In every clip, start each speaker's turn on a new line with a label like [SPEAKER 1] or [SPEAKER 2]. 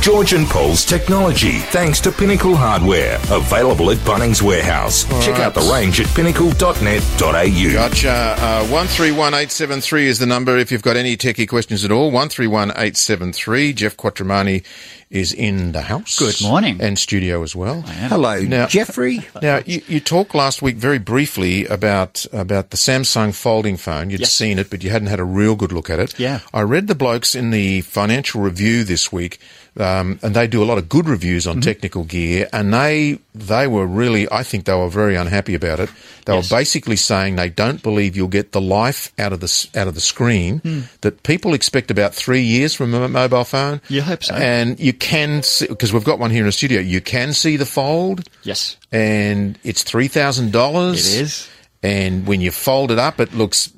[SPEAKER 1] George and Paul's technology, thanks to Pinnacle Hardware. Available at Bunnings Warehouse.
[SPEAKER 2] All
[SPEAKER 1] Check
[SPEAKER 2] right.
[SPEAKER 1] out the range at pinnacle.net.au.
[SPEAKER 2] Gotcha. Uh, one three one eight seven three is the number if you've got any techie questions at all. One three one eight seven three. Jeff Quattromani is in the house.
[SPEAKER 3] Good morning.
[SPEAKER 2] and studio as well.
[SPEAKER 4] Hello,
[SPEAKER 2] Now-
[SPEAKER 4] Jeffrey.
[SPEAKER 2] Now you, you talked last week very briefly about about the Samsung folding phone. You'd seen it, but you hadn't had a real good look at it.
[SPEAKER 3] Yeah.
[SPEAKER 2] I read the blokes in the Financial Review this week, um, and they do a lot of good reviews
[SPEAKER 3] Mm-hmm.
[SPEAKER 2] on technical gear, and they they were really, I think they were very unhappy about it. They were basically saying they don't believe you'll get the life out of the s- out of the screen
[SPEAKER 3] Hmm.
[SPEAKER 2] that people expect about three years from a mobile phone.
[SPEAKER 3] You hope so.
[SPEAKER 2] and you can because we've got one here in the studio. You can see the fold
[SPEAKER 3] Yes.
[SPEAKER 2] and it's three thousand dollars.
[SPEAKER 3] It is.
[SPEAKER 2] and when you fold it up, it looks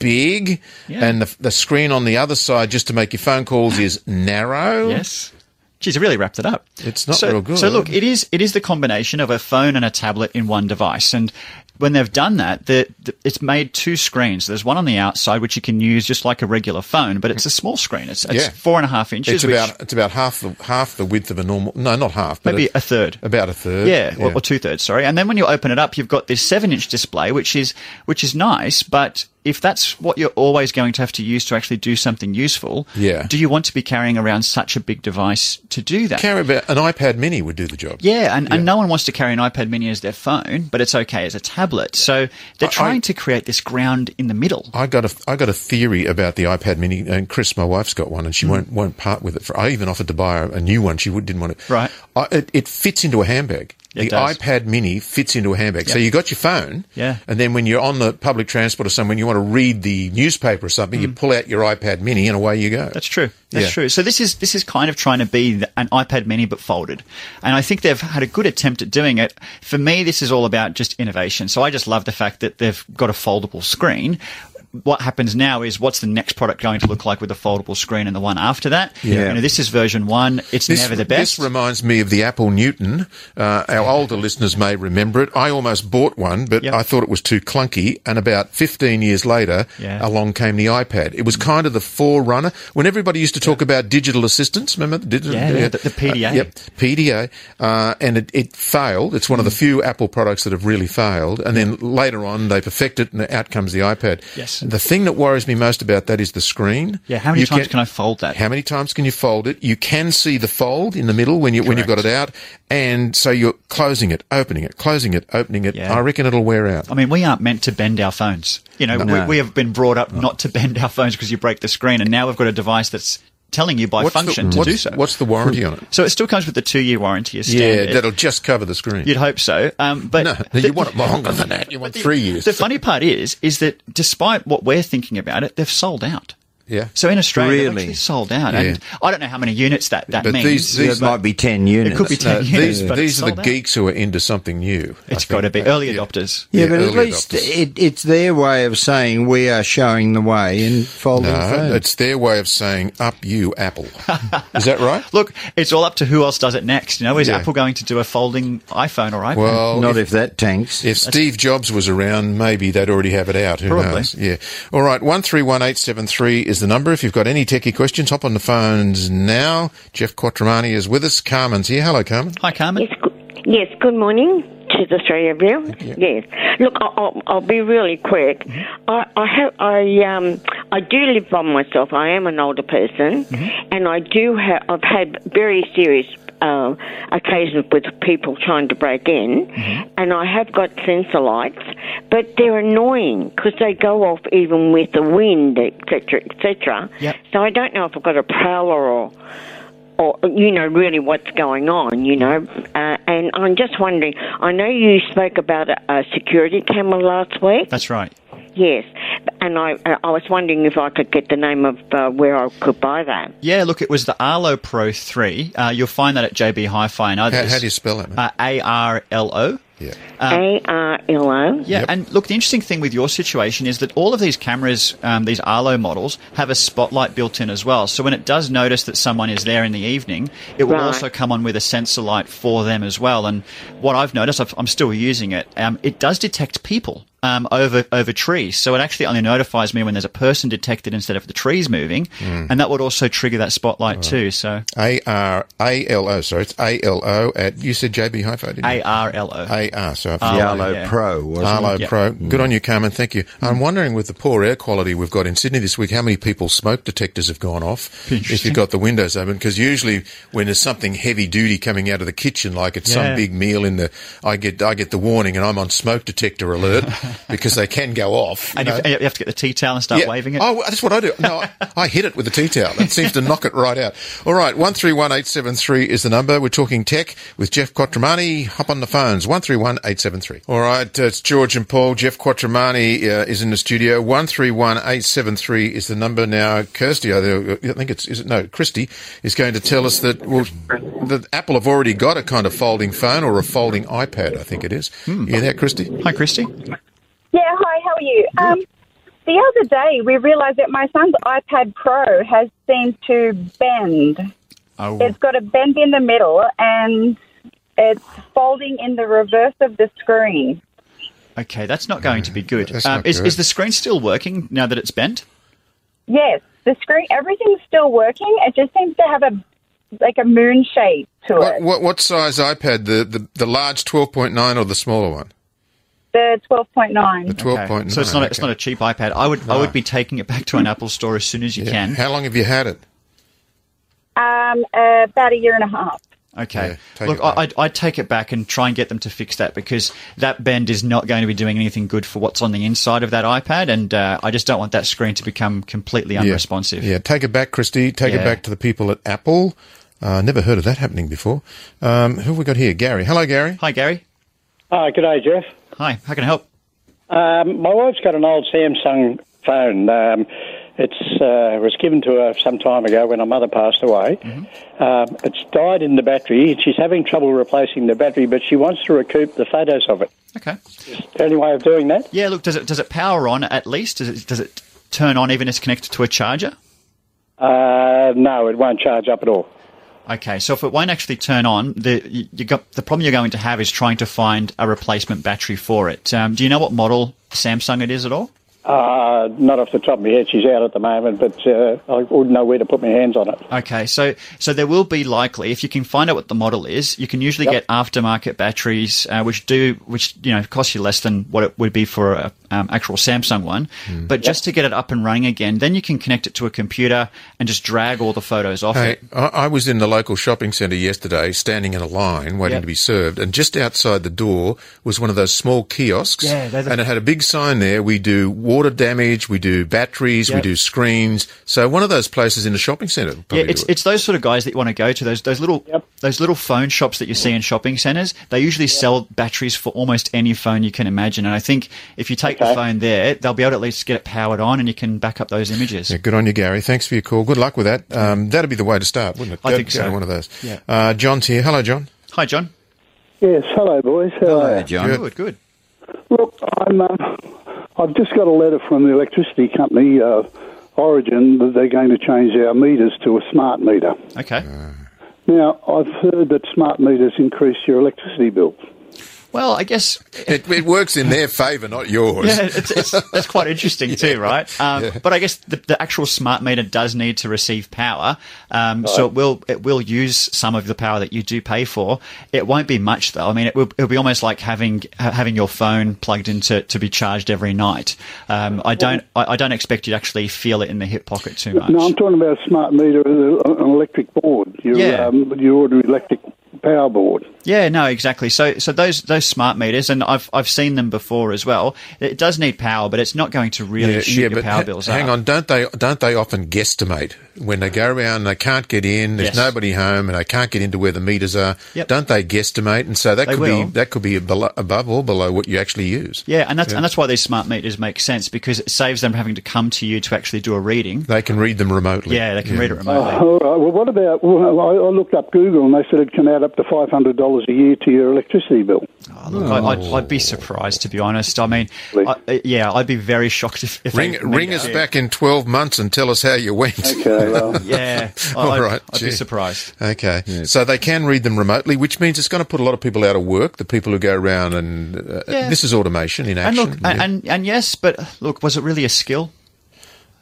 [SPEAKER 2] big,
[SPEAKER 3] Yeah.
[SPEAKER 2] and the, the screen on the other side, just to make your phone calls, is narrow.
[SPEAKER 3] Yes. Geez, I really wrapped it up.
[SPEAKER 2] It's not
[SPEAKER 3] so,
[SPEAKER 2] real good.
[SPEAKER 3] So look, it is it is the combination of a phone and a tablet in one device, and when they've done that, the, the, it's made two screens. There's one on the outside which you can use just like a regular phone, but it's a small screen. It's, it's
[SPEAKER 2] Yeah.
[SPEAKER 3] four and a half inches.
[SPEAKER 2] It's
[SPEAKER 3] which-
[SPEAKER 2] about it's about half the half the width of a normal. No, not half, but
[SPEAKER 3] Maybe a third.
[SPEAKER 2] About a third.
[SPEAKER 3] yeah, Or, or two thirds, sorry. And then when you open it up, you've got this seven inch display, which is which is nice. But if that's what you're always going to have to use to actually do something useful,
[SPEAKER 2] Yeah.
[SPEAKER 3] do you want to be carrying around such a big device to do that?
[SPEAKER 2] Carry about an iPad Mini would do the job.
[SPEAKER 3] yeah, and, and no one wants to carry an iPad mini as their phone, but it's okay as a tablet. So they're trying to create this ground in the middle.
[SPEAKER 2] I got a I got a theory about the iPad Mini, and Chris, my wife's got one, and
[SPEAKER 3] Hmm.
[SPEAKER 2] she won't won't part with it. For I even offered to buy her a new one. She would, didn't want it.
[SPEAKER 3] Right.
[SPEAKER 2] I, it, it fits into a handbag. the
[SPEAKER 3] It does.
[SPEAKER 2] iPad Mini fits into a handbag. So you got your phone,
[SPEAKER 3] Yeah.
[SPEAKER 2] and then when you're on the public transport or somewhere, you want to read the newspaper or something, you pull out your iPad Mini, and away you go.
[SPEAKER 3] Hmm. That's true. That's
[SPEAKER 2] Yeah.
[SPEAKER 3] true. So this is this is kind of trying to be th- an iPad Mini but folded, and I think they've had a good attempt at doing it. For me, this is all about just innovation. So I just love the fact that they've got a foldable screen. What happens now is what's the next product going to look like with a foldable screen and the one after that?
[SPEAKER 2] Yeah.
[SPEAKER 3] You know, this is version one. It's never the best.
[SPEAKER 2] This reminds me of the Apple Newton. Uh, our older listeners may remember it. I almost bought one, but
[SPEAKER 3] Yep.
[SPEAKER 2] I thought it was too clunky. And about 15 years later,
[SPEAKER 3] Yeah.
[SPEAKER 2] along came the iPad. It was kind of the forerunner. When everybody used to talk about digital assistants, remember? The digital,
[SPEAKER 3] Yeah, the- the PDA.
[SPEAKER 2] Uh, yep, PDA. Uh, and it, it failed. It's one of the
[SPEAKER 3] Mm.
[SPEAKER 2] few Apple products that have really failed. And then later on, they perfect it, and out comes the iPad.
[SPEAKER 3] Yes.
[SPEAKER 2] The thing that worries me most about that is the screen.
[SPEAKER 3] yeah. How many
[SPEAKER 2] You
[SPEAKER 3] times can, I fold that?
[SPEAKER 2] how many times can you fold it? You can see the fold in the middle when you when you've got it out, and so you're closing it, opening it, closing it, opening it.
[SPEAKER 3] Yeah.
[SPEAKER 2] I reckon it'll wear out.
[SPEAKER 3] I mean, we aren't meant to bend our phones. You know, we, we have been brought up not to bend our phones because you break the screen, and now we've got a device that's telling you by function
[SPEAKER 2] the,
[SPEAKER 3] to
[SPEAKER 2] what's,
[SPEAKER 3] do so.
[SPEAKER 2] What's the warranty on it?
[SPEAKER 3] So it still comes with the two year warranty as standard.
[SPEAKER 2] Yeah, that'll just cover the screen.
[SPEAKER 3] You'd hope so. Um, but
[SPEAKER 2] no, you want it longer than that. You want three years.
[SPEAKER 3] The funny part is, is that despite what we're thinking about it, they've sold out.
[SPEAKER 2] yeah. Uh,
[SPEAKER 3] So in Australia, they've
[SPEAKER 4] Really?
[SPEAKER 3] actually sold out. And I don't know how many units that, that
[SPEAKER 2] But
[SPEAKER 3] means.
[SPEAKER 2] these-
[SPEAKER 4] It
[SPEAKER 2] these-
[SPEAKER 4] might be 10 units.
[SPEAKER 3] could be 10
[SPEAKER 2] No,
[SPEAKER 3] units,
[SPEAKER 2] these
[SPEAKER 3] but
[SPEAKER 2] these
[SPEAKER 3] it's
[SPEAKER 2] are the
[SPEAKER 3] sold out.
[SPEAKER 2] geeks who are into something new. I
[SPEAKER 3] It's
[SPEAKER 2] think.
[SPEAKER 3] got to be early adopters.
[SPEAKER 4] Yeah,
[SPEAKER 2] Yeah,
[SPEAKER 4] but at
[SPEAKER 2] early
[SPEAKER 4] least
[SPEAKER 2] adopters.
[SPEAKER 4] it, it's their way of saying we are showing the way in folding
[SPEAKER 2] No,
[SPEAKER 4] phones.
[SPEAKER 2] Uh, it's their way of saying up you, Apple. Is that right?
[SPEAKER 3] Look, it's all up to who else does it next. You know, is
[SPEAKER 2] Yeah.
[SPEAKER 3] Apple going to do a folding iPhone or iPad?
[SPEAKER 2] Well,
[SPEAKER 4] Not if that tanks.
[SPEAKER 2] If Steve Jobs was around, maybe they'd already have it out. Who
[SPEAKER 3] Probably.
[SPEAKER 2] knows? Yeah. All right. One three one eight seven three is the number. If you've got any techie questions, hop on the phones now. Jeff Quattromani is with us. Carmen's here. Hello, Carmen.
[SPEAKER 3] Hi, Carmen.
[SPEAKER 5] Yes, good, yes. Good morning to the three of you. Mm-hmm. Yes. Look, I- I'll, I'll be really quick. I, I have, I, um, I do live by myself. I am an older person, and I do have. I've had very serious uh, occasions with people trying to break in, and I have got sensor lights, but they're annoying because they go off even with the wind, etc., etc.
[SPEAKER 3] Yep.
[SPEAKER 5] So I don't know if I've got a prowler or or you know really what's going on you know uh, and i'm just wondering i know you spoke about a, a security camera last week
[SPEAKER 3] That's right.
[SPEAKER 5] yes and i uh, i was wondering if i could get the name of uh, where i could buy that
[SPEAKER 3] Yeah, look, it was the Arlo Pro 3. Uh, you'll find that at JB Hi-Fi and
[SPEAKER 2] How,
[SPEAKER 3] others.
[SPEAKER 2] how do you spell that? mate?
[SPEAKER 3] uh, A-R-L-O.
[SPEAKER 2] yeah.
[SPEAKER 3] Uh,
[SPEAKER 5] a r l o
[SPEAKER 3] Yeah, and look, the interesting thing with your situation is that all of these cameras, um, these Arlo models, have a spotlight built in as well. So when it does notice that someone is there in the evening, it will
[SPEAKER 5] Right.
[SPEAKER 3] also come on with a sensor light for them as well. And what I've noticed, I've, I'm still using it, um, it does detect people. um, over over trees. So it actually only notifies me when there's a person detected instead of the trees moving,
[SPEAKER 2] Hmm.
[SPEAKER 3] and that would also trigger that spotlight too. So
[SPEAKER 2] A R A L O. Sorry, it's A L O at you said JB Hi-Fi, didn't
[SPEAKER 3] A
[SPEAKER 2] you?
[SPEAKER 3] R L O.
[SPEAKER 2] A R. So
[SPEAKER 4] The
[SPEAKER 3] Oh,
[SPEAKER 4] Arlo
[SPEAKER 3] yeah.
[SPEAKER 4] Pro, wasn't it?
[SPEAKER 2] Arlo
[SPEAKER 3] Yeah. Mm.
[SPEAKER 2] Pro. Good on you, Carmen. Thank you. I'm wondering with the poor air quality we've got in Sydney this week, how many people's smoke detectors have gone off if you've got the windows open? Because usually when there's something heavy duty coming out of the kitchen, like it's some
[SPEAKER 3] Yeah.
[SPEAKER 2] big meal in the, I get, I get the warning and I'm on smoke detector alert because they can go off. you
[SPEAKER 3] And you,
[SPEAKER 2] know.
[SPEAKER 3] and you have to get the tea towel and start waving it.
[SPEAKER 2] Oh, that's what I do. No, I, I hit it with a tea towel. That seems to knock it right out. All right, one three one eight seven three is the number. We're talking tech with Jeff Quattromani. Hop on the phones. One three one eight seven three. All right, uh, it's George and Paul. Jeff Quattromani uh, is in the studio. One three one eight seven three is the number now. Kirsty, I I think it's is it no Christy is going to tell us that well that Apple have already got a kind of folding phone or a folding iPad. I think it is.
[SPEAKER 3] Hmm.
[SPEAKER 2] Yeah, there, Christy.
[SPEAKER 3] Hi, Christy.
[SPEAKER 6] Yeah, hi, how are you? Um, the other day, we realised that my son's iPad Pro has seemed to bend.
[SPEAKER 3] Oh,
[SPEAKER 6] It's got a bend in the middle and it's folding in the reverse of the screen.
[SPEAKER 3] okay, that's not going to be good.
[SPEAKER 2] That's
[SPEAKER 3] Um,
[SPEAKER 2] not
[SPEAKER 3] is,
[SPEAKER 2] good.
[SPEAKER 3] is the screen still working now that it's bent?
[SPEAKER 6] Yes, the screen, everything's still working. It just seems to have a like a moon shape to
[SPEAKER 2] What,
[SPEAKER 6] it.
[SPEAKER 2] what what size iPad? The, the the large twelve point nine or the smaller one?
[SPEAKER 6] The 12.9.
[SPEAKER 2] Twelve point nine.
[SPEAKER 3] So it's not a, it's not a cheap iPad. I would I would be taking it back to an Apple store as soon as you can.
[SPEAKER 2] How long have you had it?
[SPEAKER 6] Um, uh, about a year and a half.
[SPEAKER 3] Okay.
[SPEAKER 2] Yeah, take
[SPEAKER 3] Look,
[SPEAKER 2] it back.
[SPEAKER 3] I, I'd, I'd take it back and try and get them to fix that because that bend is not going to be doing anything good for what's on the inside of that iPad, and uh, I just don't want that screen to become completely unresponsive.
[SPEAKER 2] Yeah, take it back, Christy. Take it
[SPEAKER 3] Yeah.
[SPEAKER 2] back to the people at Apple. Uh, never heard of that happening before. Um, who have we got here? Gary. Hello, Gary.
[SPEAKER 3] Hi, Gary.
[SPEAKER 7] Hi, good day, Jeff.
[SPEAKER 3] Hi. How can I help?
[SPEAKER 7] Um, my wife's got an old Samsung phone. Um, it's uh, was given to her some time ago when her mother passed away. Um, it's died in the battery. She's having trouble replacing the battery, but she wants to recoup the photos of it.
[SPEAKER 3] Okay.
[SPEAKER 7] Is there any way of doing that?
[SPEAKER 3] Yeah. Look, does it does it power on at least? Does it does it turn on even if it's connected to a charger?
[SPEAKER 7] Uh, no, it won't charge up at all.
[SPEAKER 3] Okay, so if it won't actually turn on, the you, you got the problem you're going to have is trying to find a replacement battery for it. Um, do you know what model Samsung it is at all?
[SPEAKER 7] Uh, not off the top of my head. She's out at the moment, but uh, I wouldn't know where to put my hands on it.
[SPEAKER 3] Okay, so so there will be likely if you can find out what the model is, you can usually get aftermarket batteries, uh, which do which you know cost you less than what it would be for a um, actual Samsung one. But just to get it up and running again, then you can connect it to a computer and just drag all the photos off
[SPEAKER 2] Hey,
[SPEAKER 3] it.
[SPEAKER 2] I, I was in the local shopping centre yesterday, standing in a line waiting
[SPEAKER 3] Yep.
[SPEAKER 2] to be served, and just outside the door was one of those small kiosks,
[SPEAKER 3] Yeah, they're the-
[SPEAKER 2] and it had a big sign there. We do water damage, we do batteries, we
[SPEAKER 3] Yep.
[SPEAKER 2] do screens. So one of those places in a shopping centre. would probably
[SPEAKER 3] Yeah, it's
[SPEAKER 2] do it.
[SPEAKER 3] it's those sort of guys that you want to go to those those little those little phone shops that you see in shopping centers. They usually sell batteries for almost any phone you can imagine, and I think if you take the phone there, they'll be able to at least get it powered on, and you can back up those images.
[SPEAKER 2] Yeah, good on you, Gary. Thanks for your call. Good luck with that. Um, that'd be the way to start, wouldn't it?
[SPEAKER 3] I
[SPEAKER 2] Go-
[SPEAKER 3] think
[SPEAKER 2] go to
[SPEAKER 3] so.
[SPEAKER 2] One of those.
[SPEAKER 3] Yeah.
[SPEAKER 2] Uh, John's here. Hello, John.
[SPEAKER 3] Hi, John.
[SPEAKER 8] Yes, hello, boys. Uh, How are
[SPEAKER 4] Hello,
[SPEAKER 8] you?
[SPEAKER 4] John.
[SPEAKER 3] Good, good.
[SPEAKER 8] Look, I'm. Uh, I've just got a letter from the electricity company, uh, Origin, that they're going to change our meters to a smart meter.
[SPEAKER 3] Okay.
[SPEAKER 8] Now, I've heard that smart meters increase your electricity bill.
[SPEAKER 3] Well, I guess
[SPEAKER 2] It, it works in their favour, not yours.
[SPEAKER 3] yeah, it's, it's, that's quite interesting too, right? Um, But I guess the, the actual smart meter does need to receive power, um, so it will it will use some of the power that you do pay for. It won't be much though. I mean, it will it'll be almost like having ha- having your phone plugged into to be charged every night. Um, I don't I, I don't expect you to actually feel it in the hip pocket too much.
[SPEAKER 8] No, I'm talking about a smart meter, uh, an electric board, your,
[SPEAKER 3] Yeah.
[SPEAKER 8] um, your ordinary electric power board.
[SPEAKER 3] Yeah, no, exactly. So, so those those smart meters, and I've I've seen them before as well. It does need power, but it's not going to really shoot your power
[SPEAKER 2] ha-
[SPEAKER 3] bills.
[SPEAKER 2] hang
[SPEAKER 3] up.
[SPEAKER 2] on, don't they don't they often guesstimate when they go around? and They can't get in. There's
[SPEAKER 3] Yes.
[SPEAKER 2] nobody home, and they can't get into where the meters are.
[SPEAKER 3] Yep.
[SPEAKER 2] Don't they guesstimate? And so that
[SPEAKER 3] They
[SPEAKER 2] could
[SPEAKER 3] will.
[SPEAKER 2] be that could be below, above or below what you actually use.
[SPEAKER 3] Yeah, and that's and that's why these smart meters make sense because it saves them having to come to you to actually do a reading.
[SPEAKER 2] They can read them remotely.
[SPEAKER 8] Uh,
[SPEAKER 3] Yeah, they can read it remotely.
[SPEAKER 8] All right. Well, what about? Well, I, I looked up Google, and they said it can add up to five hundred dollars dollars a year to your electricity bill.
[SPEAKER 3] Oh, look, I, I'd, I'd be surprised to be honest. I mean, I, uh, yeah, I'd be very shocked if, if
[SPEAKER 2] Ring,
[SPEAKER 3] they
[SPEAKER 2] ring
[SPEAKER 3] made
[SPEAKER 2] us
[SPEAKER 3] that.
[SPEAKER 2] back in 12 months and tell us how you went.
[SPEAKER 8] Okay, well,
[SPEAKER 3] Yeah, I-
[SPEAKER 2] All
[SPEAKER 3] I'd,
[SPEAKER 2] right,
[SPEAKER 3] I'd
[SPEAKER 2] gee.
[SPEAKER 3] be surprised.
[SPEAKER 2] Okay. So they can read them remotely, which means it's going to put a lot of people out of work, the people who go around and uh,
[SPEAKER 3] Yeah.
[SPEAKER 2] this is automation in
[SPEAKER 3] And
[SPEAKER 2] action.
[SPEAKER 3] look, and,
[SPEAKER 2] Yeah.
[SPEAKER 3] and and yes, but look, was it really a skill?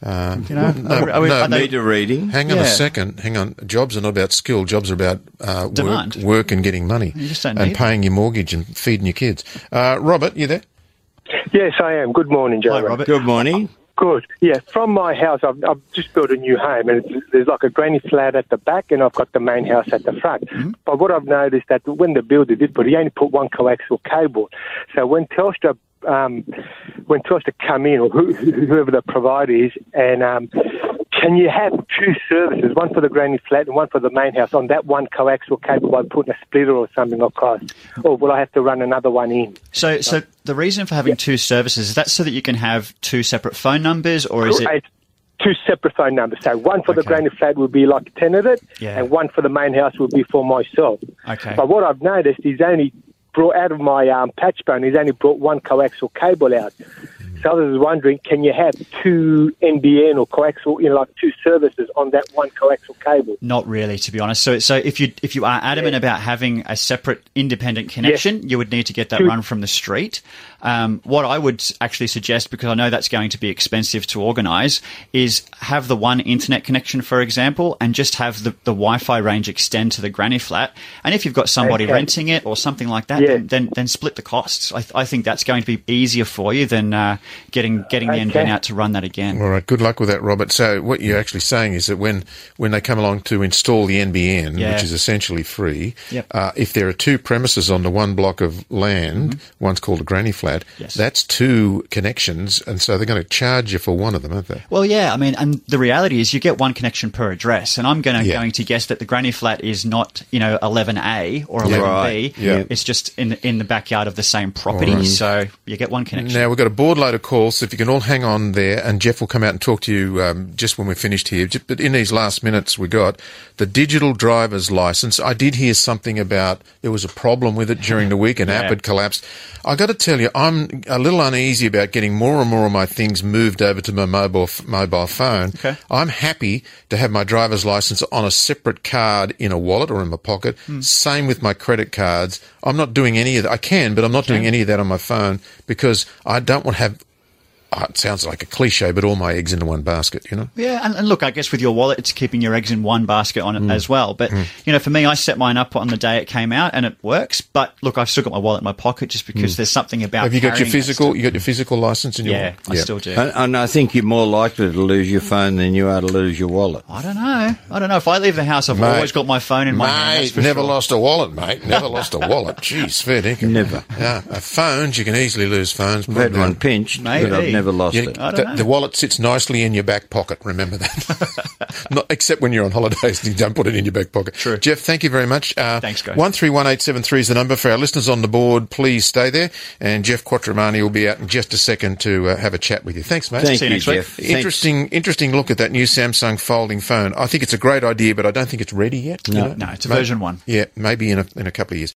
[SPEAKER 2] Uh,
[SPEAKER 3] You know,
[SPEAKER 2] no,
[SPEAKER 3] are- are we-
[SPEAKER 2] no,
[SPEAKER 3] are they-
[SPEAKER 4] Meter reading.
[SPEAKER 2] hang on a
[SPEAKER 3] Yeah.
[SPEAKER 2] second. Hang on. Jobs are not about skill. Jobs are about uh, work,
[SPEAKER 3] Demand.
[SPEAKER 2] work and getting money
[SPEAKER 3] You just don't
[SPEAKER 2] and
[SPEAKER 3] need
[SPEAKER 2] paying your mortgage and feeding your kids. Uh, Robert, you there?
[SPEAKER 9] Yes, I am. Good morning, Joe.
[SPEAKER 3] Hi, Robert.
[SPEAKER 4] Good morning.
[SPEAKER 9] Good. Yeah, from my house, I've, I've just built a new home, and it's, there's like a granny flat at the back, and I've got the main house at the front.
[SPEAKER 3] Mm-hmm.
[SPEAKER 9] But what I've noticed that when the builder did put, he only put one coaxial cable. So when Telstra, um, when Telstra come in, or who, whoever the provider is, and um, can you have two services, one for the granny flat and one for the main house, on that one coaxial cable by putting a splitter or something across, or will I have to run another one in?
[SPEAKER 3] So, so the reason for having two services is that so that you can have two separate phone numbers, or is it?
[SPEAKER 9] It's two separate phone numbers. So one for the
[SPEAKER 3] Okay.
[SPEAKER 9] granny flat would be like a tenanted,
[SPEAKER 3] Yeah.
[SPEAKER 9] and one for the main house would be for myself.
[SPEAKER 3] Okay.
[SPEAKER 9] But what I've noticed is only brought out of my um, patch bone, he's only brought one coaxial cable out. So I was wondering, can you have two NBN or coaxial, you know, like two services on that one coaxial cable?
[SPEAKER 3] Not really, to be honest. So, so if you if you are adamant about having a separate independent connection, you would need to get that run from the street. Um, what I would actually suggest, because I know that's going to be expensive to organise, is have the one internet connection, for example, and just have the, the Wi-Fi range extend to the granny flat. And if you've got somebody
[SPEAKER 9] Okay.
[SPEAKER 3] renting it or something like that,
[SPEAKER 9] Yeah.
[SPEAKER 3] then, then then split the costs. I, I think that's going to be easier for you than uh, getting getting the
[SPEAKER 9] Okay.
[SPEAKER 3] NBN out to run that again.
[SPEAKER 2] All right. Good luck with that, Robert. So what you're actually saying is that when, when they come along to install the NBN,
[SPEAKER 3] Yeah.
[SPEAKER 2] which is essentially free,
[SPEAKER 3] Yep.
[SPEAKER 2] uh, if there are two premises on the one block of land, one's called a granny flat,
[SPEAKER 3] Mm-hmm. Yes.
[SPEAKER 2] that's two connections, and so they're going to charge you for one of them, aren't they?
[SPEAKER 3] Well, yeah, I mean, and the reality is you get one connection per address, and I'm gonna,
[SPEAKER 2] Yeah.
[SPEAKER 3] going to guess that the granny flat is not, you know, 11A or 11B.
[SPEAKER 4] Right, yeah.
[SPEAKER 3] It's just in in the backyard of the same property, so you get one connection.
[SPEAKER 2] Now we've got a board load of calls, so if you can all hang on there, and Jeff will come out and talk to you um, just when we're finished here. Ju- But in these last minutes, we got the digital driver's license. I did hear something about there was a problem with it during the week, and app had collapsed. I got to tell you, I'm a little uneasy about getting more and more of my things moved over to my mobile f- mobile phone.
[SPEAKER 3] Okay.
[SPEAKER 2] I'm happy to have my driver's license on a separate card in a wallet or in my pocket.
[SPEAKER 3] Hmm.
[SPEAKER 2] Same with my credit cards. I'm not doing any of that. I can, but I'm not doing any of that on my phone because I don't want to have. Oh, it sounds like a cliche, but all my eggs into one basket, you know?
[SPEAKER 3] Yeah, and, and look, I guess with your wallet, it's keeping your eggs in one basket on it
[SPEAKER 2] Mm.
[SPEAKER 3] as well. But you know, for me, I set mine up on the day it came out, and it works. But look, I've still got my wallet in my pocket just because there's something about.
[SPEAKER 2] Mm. Have you got your
[SPEAKER 3] carrying that
[SPEAKER 2] physical?
[SPEAKER 3] stuff.
[SPEAKER 2] You got your physical license in your?
[SPEAKER 3] Yeah, I still do.
[SPEAKER 4] And, and I think you're more likely to lose your phone than you are to lose your wallet.
[SPEAKER 3] I don't know. I don't know. If I leave the house, I've
[SPEAKER 2] Mate.
[SPEAKER 3] always got my phone in my hand. that's
[SPEAKER 2] Mate,
[SPEAKER 3] for
[SPEAKER 2] never
[SPEAKER 3] sure.
[SPEAKER 2] lost a wallet, mate. Never lost a wallet. Jeez, fair dinkum.
[SPEAKER 4] Never.
[SPEAKER 2] Yeah, uh, phones, you can easily lose phones.
[SPEAKER 4] I've had one pinched, but
[SPEAKER 3] Maybe.
[SPEAKER 4] I've never lost
[SPEAKER 2] You-
[SPEAKER 4] it.
[SPEAKER 3] I don't
[SPEAKER 2] the,
[SPEAKER 3] know.
[SPEAKER 2] the wallet sits nicely in your back pocket. Remember that. Not, except when you're on holidays, you don't put it in your back pocket. True. Jeff, thank you very much. Uh,
[SPEAKER 3] Thanks, guys.
[SPEAKER 2] One three one eight seven three is the number for our listeners on the board. Please stay there, and Jeff Quattromani will be out in just a second to uh, have a chat with you. Thanks, mate.
[SPEAKER 4] Thank
[SPEAKER 3] See you
[SPEAKER 4] you,
[SPEAKER 3] next week.
[SPEAKER 4] Jeff. Thanks.
[SPEAKER 2] Interesting, interesting look at that new Samsung folding phone. I think it's a great idea, but I don't think it's ready yet. No,
[SPEAKER 3] No, it's a version one.
[SPEAKER 2] Yeah, maybe in a, in a couple of years.